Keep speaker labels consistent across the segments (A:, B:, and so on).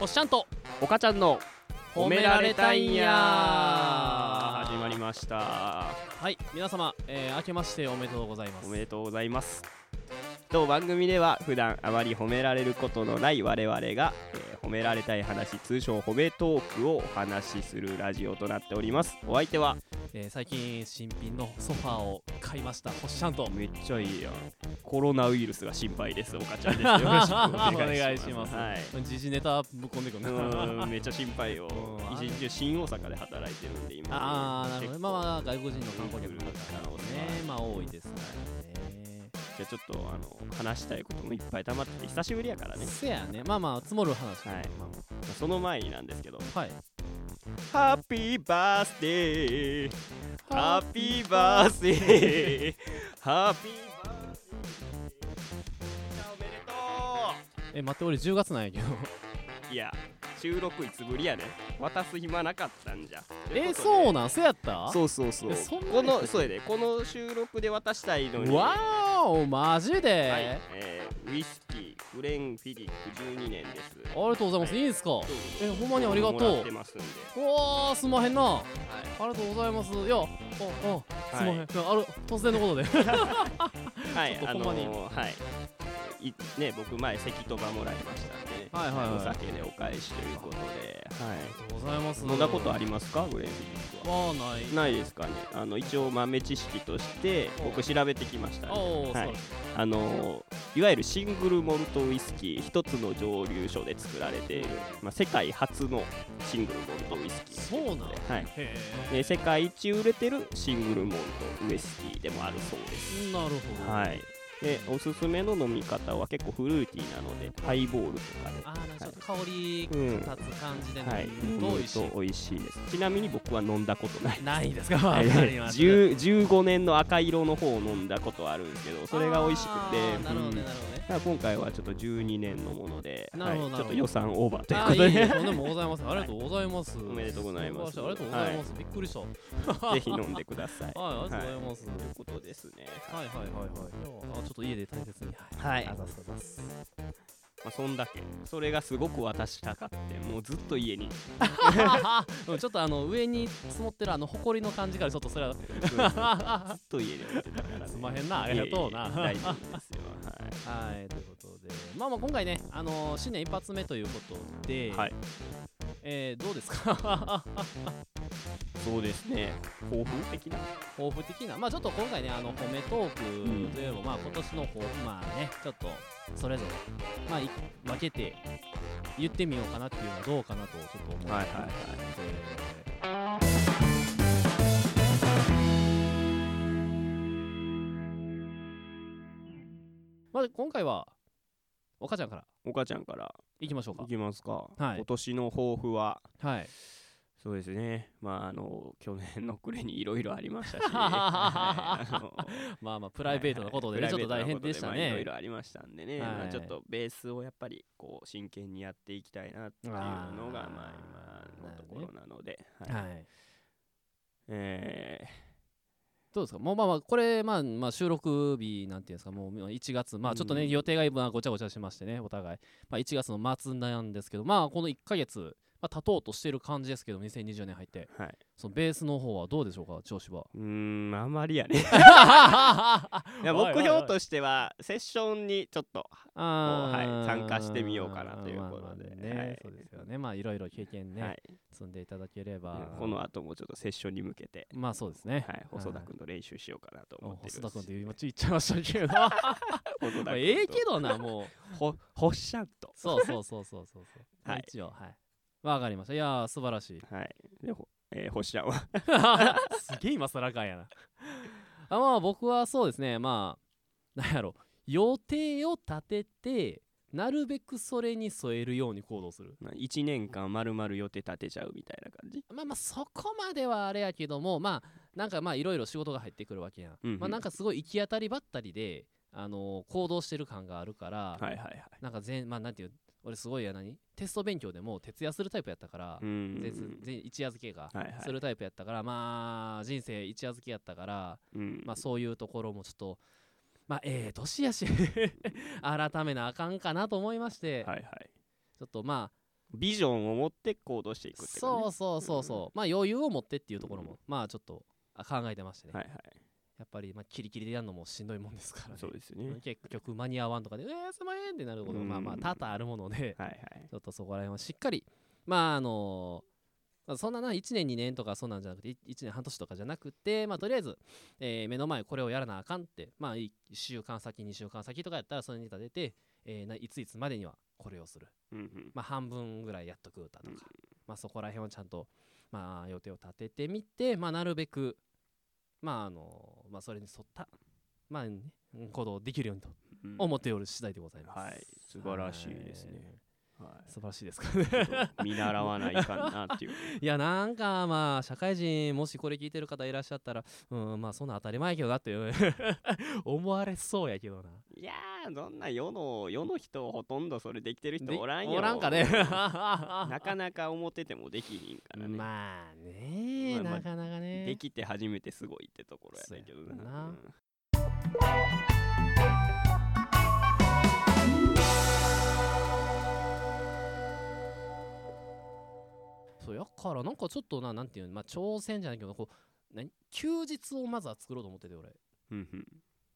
A: おっしゃんと
B: おかちゃんの
A: 褒められたいんや
B: 始まりました
A: はい皆様、えー、明けましておめでとうございます
B: おめでとうございます当番組では普段あまり褒められることのない我々が、えー褒められたい話通称褒めトークをお話しするラジオとなっておりますお相手は
A: えー最近新品のソファーを買いましたおっしゃんと
B: めっちゃいいやんコロナウイルスが心配ですおかちゃんですよろしくお願いします
A: お願いします
B: はい
A: 時事ネタぶっ込んでくる
B: う
A: な
B: ーんめっちゃ心 配よ
A: うん
B: 一日中新大阪で働いてるんで今
A: あーなるほどねまあ
B: あ
A: まあ外国人の観光客の方
B: なる
A: が
B: ほど
A: ね
B: ね
A: まあ多いですからね
B: じゃあちょっとあの話したいこともいっぱい溜まってて久しぶりやからね
A: せやねまあまあ積もる話
B: はい
A: ま
B: その前になんですけど
A: あはい
B: ハッピーバースデーハッピーバースデーハッピーバースデーみんなおめでと
A: え待って俺10月なん やけど
B: ういや収録いつぶりやね渡す暇なかったんじゃ
A: えそう
B: う
A: なんせやった
B: そうそうそう
A: えそんなに
B: このそうやでこの収録で渡したいのに
A: わーおマジで、
B: はいえーウイスキーフレンフィリック12年です
A: ありがとうございます、
B: はい
A: い、いんすか
B: そうです
A: えほんまにありがとう
B: もらってますんで
A: うわーすんまへんなあ
B: はい
A: りがとうございますいやああすんまへん、
B: はい
A: ある突然のことで
B: はい、
A: ちょっ
B: あ
A: と
B: の
A: ほんまに
B: ーはい。いね、僕前関とばもらいましたんで、ね、
A: はいはいはい
B: お酒でお返しということで、は
A: ございます
B: い。飲んだことあり
A: ま
B: ますか、グレーンフィリックは。
A: はない
B: ないですかね。あの一応豆知識として
A: お
B: 僕調べてきました、ね。
A: おお、
B: はい
A: そう
B: あのーいわゆるシングルモルトウイスキー一つの蒸留所で作られている、まあ世界初のシングルモルトウイスキーといことで
A: そう
B: はい。
A: へ
B: で世界一売れてるシングルモルトウイスキーでもあるそうです。
A: えなるほど
B: はい、でおすすめの飲み方は結構フルーティーなのでハイボールと
A: あ
B: か
A: ーなんかちょっと香り
B: で、うん
A: 立つ感じで
B: はい、
A: 飲むと美味しい、
B: うんと美味しいですちなみに僕は飲んだことない
A: ない ですかわかりました
B: 10 15年の赤色の方を飲んだことあるんですけどそれが美味しく
A: あ
B: て
A: ーなるほど
B: う
A: ね
B: ん
A: なるほどね
B: だから今回はちょっと12年のもので、
A: なるほど
B: はい
A: な
B: ち
A: るほ
B: ょっ
A: ど
B: と予算オーバーという
A: あ
B: こ
A: ー
B: と
A: いい
B: で
A: ですとんでもございます。ありがとうございます。
B: おめでとうございます
A: 素晴らしありがとうございます。びっくりした。はい、
B: ぜひ飲んでく ださい。
A: ありがとうございます。
B: ということですね、
A: はいはいはいはい。あ、ちょっと家で大切に。
B: はい
A: あざすあざす。
B: まあ、そんだけそれがすごく私たかってもうずっと家に
A: うんちょっとあの上に積もってるあの埃の感じからちょっとそれは。
B: ずっと家で置いてたから、ね。
A: すんまへんなありがとうない
B: えいえ大丈夫ですよ。
A: はいということで、まあまあ今回ね、あのー新年一発目ということで、
B: はい。はい。
A: えーどうですか。
B: そうですね。抱負的な。
A: 抱負的な、まあちょっと今回ね、あの褒めトークといえば、まあ今年の抱負、まあね、ちょっとそれぞれ、まあい分けて言ってみようかなっていうのはどうかなとちょっと思って、
B: はいはいはい
A: えーまあ今回は、お母ちゃんから
B: お母ちゃんから
A: いきましょうか
B: い。きますか。
A: はい
B: 今年の抱負は。
A: はい。
B: そうですね。まああの去年の暮れにいろいろあり ましたし、はいあの
A: まあまあプライベートなことでね、
B: はい
A: ちょ
B: は
A: っと大
B: い
A: 変でした
B: プライベートなことでまあいろい
A: ね。
B: ろありましたんでね。
A: はい
B: まあ、ちょっとベースをやっぱりこう真剣にやっていきたいなっていうのが
A: あー
B: まあ今のところなので。はい
A: はい。
B: え
A: どうですかもうまあまあこれまあまあ収録日なんていうんですかもう1月まあちょっとね、
B: うん
A: 予定が今ごちゃごちゃしましてねお互い、まあ、1月の末なんですけどまあこの1ヶ月、まあ、経とうとしてる感じですけど2020年入って
B: ーはい。
A: そのベースの方はどうでしょうか調子は
B: うーんあんまりやね。 いや
A: おいおいお
B: 目
A: い
B: 標としてはセッションにちょっと
A: あー
B: はい参加してみようかなというこ
A: ま
B: とで
A: あまあね、
B: はい
A: そうですよねまあいろいろ経験ね、
B: はい
A: 積んでいただければ
B: この後もちょっとセッションに向けて、
A: まあそうですね、
B: はい、細田君の練習しようかなと
A: お
B: 思ってる
A: 細田君って今ちょっと言っちゃいましたけどま
B: 細田
A: あ
B: 君
A: ええけどなもう
B: ほほっしゃんと
A: そうそうそうそうそうそう。
B: はい
A: 一応はい。わかりました。いやー素晴ら しい。
B: はいでほ,、えー、ほっしゃんは
A: すげえ今更かんやな。あまあ僕はそうですねまあなんやろ予定を立ててなるべくそれに添えるように行動する。
B: まあ1年間まるまる予定立てちゃうみたいな感じ
A: まあまあそこまではあれやけどもまあなんかまあいろいろ仕事が入ってくるわけやん。
B: うんうん
A: まあなんかすごい行き当たりばったりであのー行動してる感があるから、
B: はいはいはい
A: なんか全まあなんていう俺すごいや何テスト勉強でも徹夜するタイプやったから
B: う、ん
A: 全全一夜漬けが
B: はいはい
A: するタイプやったから、まあ人生一夜漬けやったから、
B: うん
A: まあ、そういうところもちょっとまあええ 年やし改めなあかんかなと思いまして、
B: はいはい
A: ちょっとまあ
B: ビジョンを持って行動していくってことね
A: そうそうそうそうまあ余裕を持ってっていうところも、まあちょっとあ考えてましてね、
B: はいはい
A: やっぱりまあキリキリでやるのもしんどいもんですからね
B: そうですよね
A: 結局間に合わんとかで「えー、すまへん!」ってなることも
B: うん
A: まあまあ多々あるもので、
B: はいはい
A: ちょっとそこら辺はしっかりまああのまあそんなな1年2年とかそんなんじゃなくて1年半年とかじゃなくて、まあ、とりあえず、えー目の前これをやらなあかんって、まあ、1週間先2週間先とかやったらそれに立てて、えーないついつまでにはこれをする、
B: うんうん
A: まあ、半分ぐらいやっとく歌とか、
B: うん
A: まあ、そこら辺はちゃんと、まあ、予定を立ててみて、まあ、なるべく、まああのまあ、それに沿った、まあね行動できるようにと
B: うん
A: 思っておる次第でございます。
B: はい素晴らしいですねは
A: 素晴らしいですか
B: いちょっと見習わないかんな っていう
A: いやなんかまあ社会人もしこれ聞いてる方いらっしゃったらうんまあそんな当たり前やけどなって 思われそうやけどない
B: やーそんな世の世の人ほとんどそれできてる
A: で
B: 人おらんよ
A: おらんかね
B: なかなか思っててもできひんからね、
A: まあね
B: まあまあ
A: なかなかね
B: できて初めてすごいってところやねんけど
A: そうや
B: な
A: な
B: うん
A: そうやからなんかちょっとななんていうのまあ挑戦じゃないけどこう何休日をまずは作ろうと思ってて俺
B: うんうん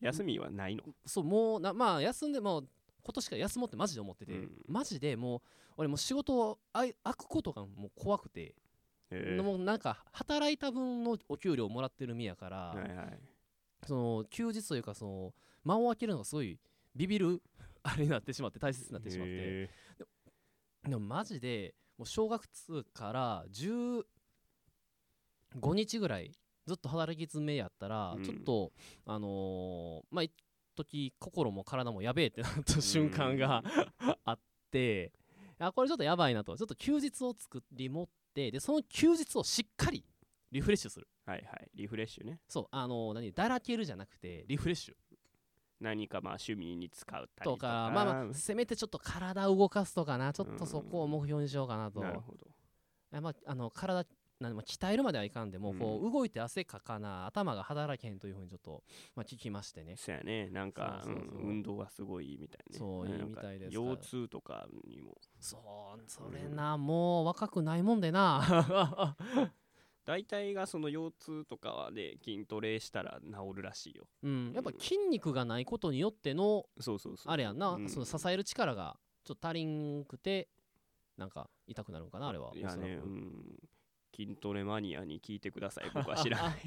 B: 休みはないの
A: そうもうなまあ休んでもう今年から休もうってマジで思ってて、
B: うん
A: マジでもう俺もう仕事をあい開くことがもう怖くて、
B: へー
A: もうなんか働いた分のお給料をもらってる身やから、
B: はいはい
A: その休日というかその間を空けるのがすごいビビるあれになってしまって大切になってしまって
B: へ
A: でもマジでもう小学2から15日ぐらいずっと働き詰めやったら、
B: うん
A: ちょっとあのーまあ一時心も体もやべえってなった
B: ー
A: 瞬間があってあこれちょっとやばいなとちょっと休日を作り持ってでその休日をしっかりリフレッシュする。
B: はいはいリフレッシュね
A: そうあの何だらけるじゃなくてリフレッシュ
B: 何かまあ趣味に使うたり
A: と
B: と
A: か
B: か
A: まあまあせめてちょっと体を動かすとかなちょっとそこを目標にしようかなと
B: なるほど
A: あまあ、あの体なんまあ鍛えるまではいかんでもこう動いて汗かかな頭が働けへんというふうにちょっと、まあ、聞きましてね
B: そうやねなんか
A: そうそうそう
B: うん運動はすごいいいみたいね
A: そう
B: なん
A: い
B: か
A: いみたいですから
B: 腰痛とかにも
A: そうそれなもう若くないもんでな
B: 大体がその腰痛とかはで筋トレしたら治るらしいよ
A: うんやっぱ筋肉がないことによっての
B: そうそうそう
A: あれやんな、
B: うん
A: その支える力がちょっと足りんくてなんか痛くなるんかなあれはい
B: や
A: おそら
B: ね
A: く
B: うん筋トレマニアに聞いてくだ さい僕は知らない
A: い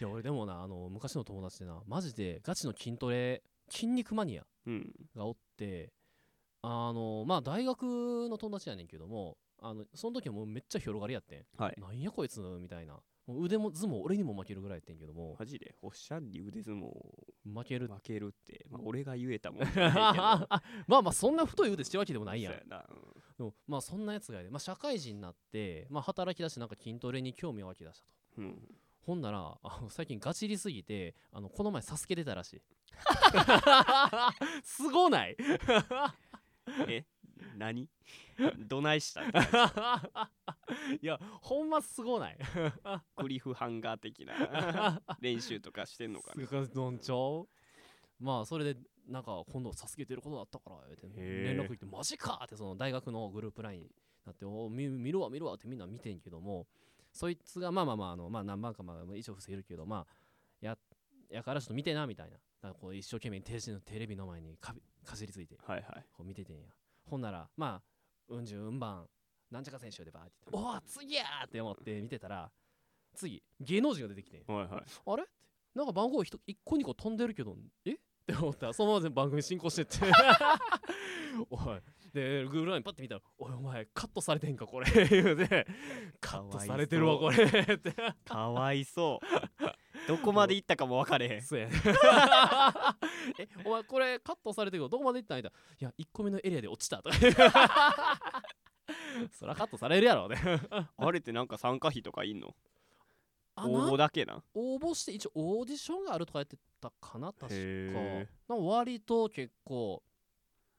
A: や俺でもなあの昔の友達でなマジでガチの筋トレ筋肉マニア
B: うん
A: がおってあのまあ大学の友達やねんけどもあのその時はもうめっちゃ広がりやってん、
B: はい
A: なんやこいつみたいなもう腕も相撲俺にも負けるぐらいやってんけども
B: マジでおっしゃんに腕相撲
A: 負ける
B: 負けるって、まあ、俺が言えたもん
A: まあまあそんな太い腕してるわけでもないやん
B: そうな、うん
A: でもまあそんなやつがいて、まあ、社会人になって、まあ、働き出してなんか筋トレに興味を湧き出したと
B: うん、
A: ほんならあの最近ガチりすぎてあのこの前サスケ出たら しいすごない
B: え何どないしたん
A: いやほんますごない
B: クリフハンガー的 な練習とかしてんのかな
A: すごいどんちゃうまあそれでなんか今度サスケ出ることだったから言うて
B: へー
A: 連絡行ってマジかってその大学のグループラインになっておー見見るわ見るわってみんな見てんけどもそいつがまあまあまああのまあ何番かまあ一応伏せいるけどまあややからちょっと見てなみたいなだからこう一生懸命停止のテレビの前にかびかじりついて
B: はいはい
A: こう見ててんやほんならまあうん十うん番なんちゃか選手でバーって言っておお次やーって思って見てたら次芸能人が出てきてん
B: はいはい
A: あれなんか番号ひと一個二個飛んでるけどえって思ったらそのまま全部番組進行してって おいで Google ラインパッて見たら「おいお前カットされてんかこれ」言うて「カットされてるわこれ」って
B: かわいそう どこまで行ったかも分かれへん
A: そうやねえお前これカットされてるけどどこまで行ったんやいや1個目のエリアで落ちたとかそらカットされるや ろうね
B: あれってなんか参加費とかいんの
A: あ
B: 応募だけな
A: 応募して一応オーディションがあるとかやってたかな確か
B: へ
A: なんか割と結構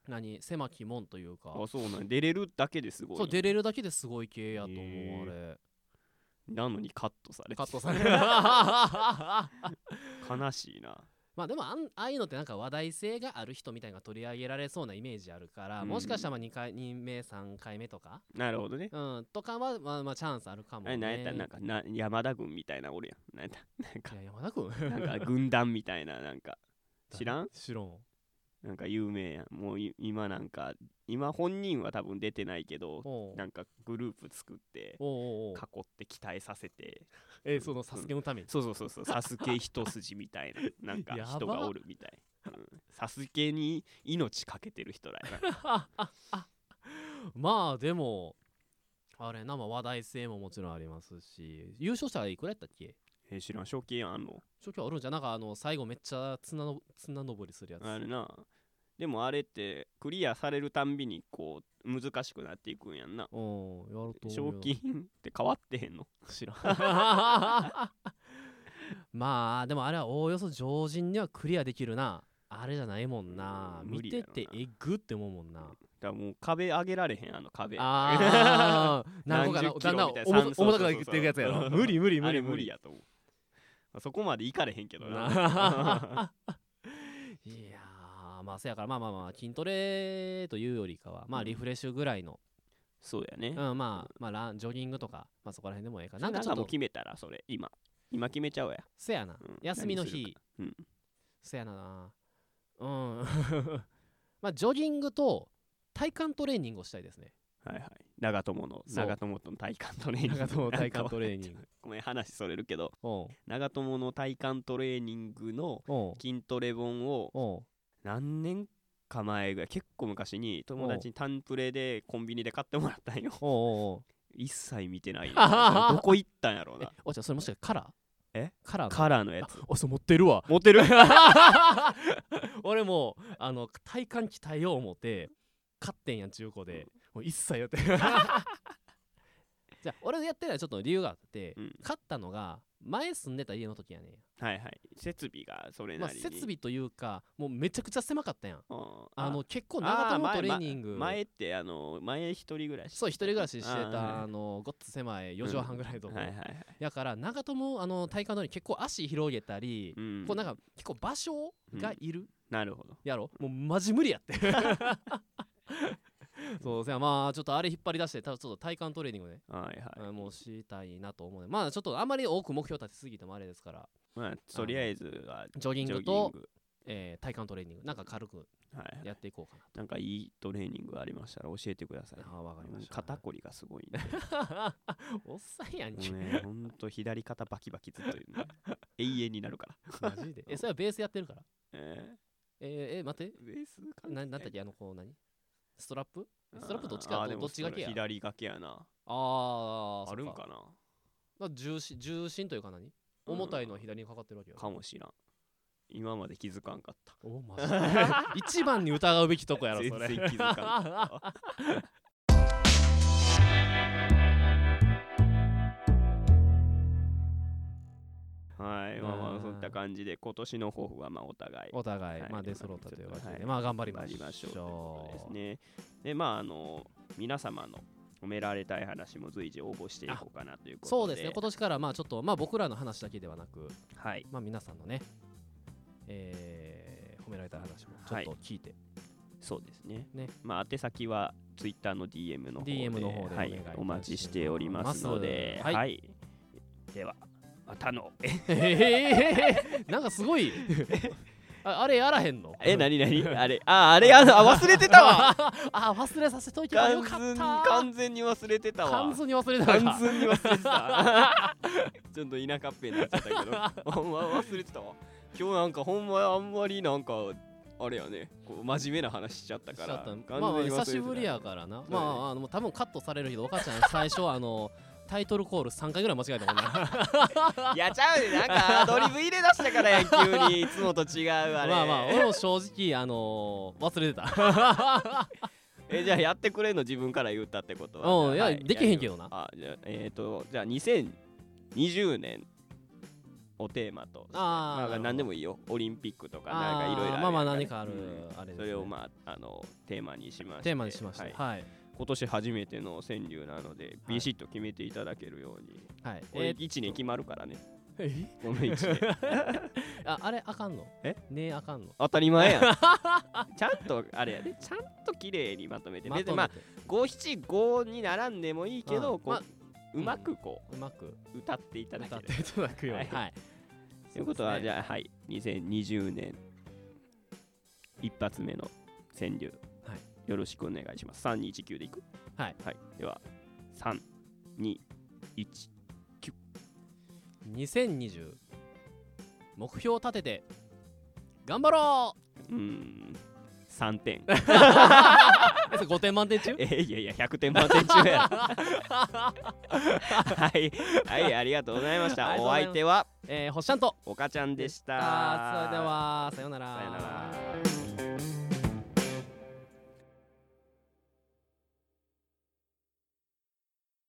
A: 何狭き門というか
B: あそうなん出れるだけですごい
A: そう出れるだけですごい系やと思
B: へ
A: うあれ
B: なのにカットされて
A: カットされる
B: 悲しいな
A: まあでもあんああいうのってなんか話題性がある人みたいなのが取り上げられそうなイメージあるから、
B: うん
A: もしかしたらまあ 2, 回2名3回目とか、
B: なるほどね
A: うん、とかはまあまあチャンスあるかも、
B: あ
A: ね。
B: れなんやったなんかな山田軍みたいなおるやんなんやったなんか
A: いや山田君
B: なんか軍団みたいななんか知らん
A: 知らん。
B: なんか有名やんもうい今なんか今本人は多分出てないけど
A: おう
B: なんかグループ作って
A: おうおうおう
B: 囲って鍛えさせて
A: えそのサスケのために、
B: そうそうそうそうサスケ一筋みたいななんか
A: やば
B: 人がおるみたい、うん、サスケに命かけてる人らやな
A: まあでもあれなまあ話題性ももちろんありますし優勝者はいくらやったっけ
B: えー知らん賞金あんの
A: 賞金あるんじゃんなんかあの最後めっちゃ綱の綱登りするやつ
B: あるなでもあれってクリアされるたんびにこう難しくなっていくんやんな
A: うんやると思うよ
B: 賞金って変わってへんの
A: 知らん まあでもあれはおおよそ常人にはクリアできるなあれじゃないもんな
B: うん無
A: 見
B: 理や
A: て
B: ろな
A: てえぐって思うもんな
B: だからもう壁上げられへんあの壁
A: あー 何個かな
B: 何十キ
A: だんだん
B: ロみたいな
A: 重
B: そう
A: 重
B: そ
A: たく
B: うそう
A: なっていくやつやろ
B: 無
A: 無理無理
B: あ
A: 無
B: れ
A: 理
B: 無理やと思うまあそこまでいかれへんけどな
A: いやーまあせやからまあまあまあ筋トレというよりかはまあリフレッシュぐらいの、
B: そうやね
A: うんまあまあランジョギングとか、まあ、そこら辺でもええかな
B: なんん
A: か
B: か
A: ちょっ
B: もう
A: と
B: 決めたらそれ今今決めちゃおうや
A: せやな、
B: うん
A: 休みの
B: 何す
A: 日
B: るうん
A: せやなうん まあジョギングと体幹トレーニングをしたいですね
B: はいはい長友の
A: そう
B: 長友との体幹トレーニング
A: 長友体幹トレーニング
B: ごめん話それるけど
A: おう
B: 長友の体幹トレーニングの
A: おう
B: 筋トレ本を
A: おう
B: 何年か前ぐらい結構昔に友達にタンプレでコンビニで買ってもらったんよ
A: おうおう
B: 一切見てないねど
A: ど
B: こ行ったんやろう
A: え
B: な
A: おちゃんそれもしかしてカラー
B: え
A: カラーの
B: カラーのやつ
A: ああそう持ってるわ
B: モテる
A: 俺もうあの体幹鍛えよう思って勝ってんやん中古で、もう一切やってないじゃあ俺のやってるのはちょっと理由があって、
B: うん
A: 勝ったのが前住んでた家の時やねん
B: はいはい設備がそれ
A: ま
B: な
A: あ、
B: りに、
A: 設備というかもうめちゃくちゃ狭かったやん
B: うん
A: あの結構
B: あー
A: 長友
B: 前
A: トレーニング
B: 前ってあの前一人暮らし
A: そう一人暮らしして
B: あーはい
A: たあのごっつ狭い4畳半ぐらいのとこ、
B: はいはいはい、
A: やから長友あの体幹のように結構足広げたり、
B: うん
A: こうなんか結構場所がいる
B: なるほど
A: やろもうマジ無理やって そうせやまあちょっとあれ引っ張り出してただちょっと体幹トレーニングね、
B: はいはい、
A: うんもうしたいなと思うねまあちょっとあまり多く目標立てすぎてもあれですから
B: まあとりあえずは
A: ジョギ
B: ジ
A: ン
B: ョギ
A: グ
B: ン
A: と
B: グ
A: えー体幹トレーニングなんか軽く
B: はい
A: やっていこうかな
B: なんかいいトレーニングがありましたら教えてください
A: ああわかりました
B: 肩こりがすごいね
A: おっさんやん
B: も
A: け
B: うねほんと左肩バキバキずっと言うね永遠になるから、
A: マジでえそれはベースやってるから
B: え
A: えー、え待って
B: ー、ベースか
A: ななんだっけあのこう何ストラップストラップどっちかとどっちがけや
B: 左がけやな
A: あー
B: あるん
A: そっ
B: かな
A: だから重心重心というか何重たいのは左にかかってるわけよ
B: かもしらん今まで気づかんかった
A: おマジで 一番に疑うべきとこやろそれ
B: 全然気づかんかっ たわはい、まあま
A: あ
B: あ
A: ー
B: そういった感じで今年の抱負はまあお互い
A: お互い、
B: はい
A: まあ出揃ったというわけで、
B: はい
A: まあ頑張り
B: 頑張
A: ましょ
B: り
A: う
B: ましょうということですね。でまああの皆様の褒められたい話も随時応募していこうかなということで。
A: そうですね今年からまあちょっとまあ僕らの話だけではなく
B: はい
A: まあ皆さんのねえー褒められた話もちょっと聞い て、
B: そうですね。
A: ね
B: まあ宛先はツイッターの DM の方で
A: DM の方でお
B: は
A: 願いい
B: い
A: たします
B: お待ちしておりますので、
A: はい
B: ではま たのえ
A: えー、なんかすごいああれやらへんの
B: え何何あれああれあのあ忘れてたわ。
A: ああ忘れさせといてよ
B: 完
A: か
B: 全
A: っ
B: に
A: た
B: 完全に忘れてたわ
A: 完。全に忘れた
B: 完
A: か
B: 全に忘れてた ちょっと田舎っぺになっちゃったけどほんま忘れてたわ今日なんかほんまあんまりなんかあれやねこう真面目な話しちゃった
A: し
B: か
A: ちゃ
B: ら
A: った
B: 完
A: まあまあ
B: 全に忘れてた
A: 久しぶりやからな、
B: ね
A: まああの多分カットされるけど岡ちゃん最初あのタイトルコール3回ぐらい間違えたもん な
B: いやちゃうねなんかアドリブ入れ出したか らやん急にいつもと違うあれ
A: まあまあ俺も正直あの忘 れてた
B: えじゃあやってくれんの自分から言ったってことは
A: うん
B: じゃあ
A: いやできへんけどな
B: あじゃあえっ、とじゃあ2020年をテーマと
A: あ
B: ま
A: ー
B: あ、何でもいいよオリンピックとかなんか
A: あ
B: い
A: ー
B: ろいろるやん
A: まあまあ何かある
B: うん
A: あれです
B: そ
A: ね
B: れをまああのテーマにしまして
A: テーマにしました
B: はい
A: はい
B: 今年初めての川柳なので
A: はい
B: ビシッと決めていただけるように、
A: はい
B: これ
A: えー
B: 1年決まるからねこの1年
A: ああれあかんの
B: え
A: ねえあかんの
B: 当たり前 やんちゃんとあれやでちゃんと綺麗にまとめて別にまあ
A: とめて
B: 五七五に並んでもいいけど、
A: うん
B: こう、
A: まあ
B: うまくこ
A: うまく
B: う歌っていただ
A: 歌
B: け
A: っ
B: る
A: ていただくように
B: は
A: はい
B: ということは、じゃあはい2020年一発目の川柳、
A: はい
B: よろしくお願いします3219でいく
A: はい、
B: では321
A: 2020目標を立てて頑張ろう
B: うーん3点
A: えそれ5点満点中
B: えいやいや100点満点中 やろはいはいありがとうございまし
A: あ
B: た
A: りがとう
B: お
A: ござい
B: 相
A: ます
B: 手は
A: えー、ほっしゃんと
B: 岡ちゃんでした
A: あーそれではさようなら
B: さよなら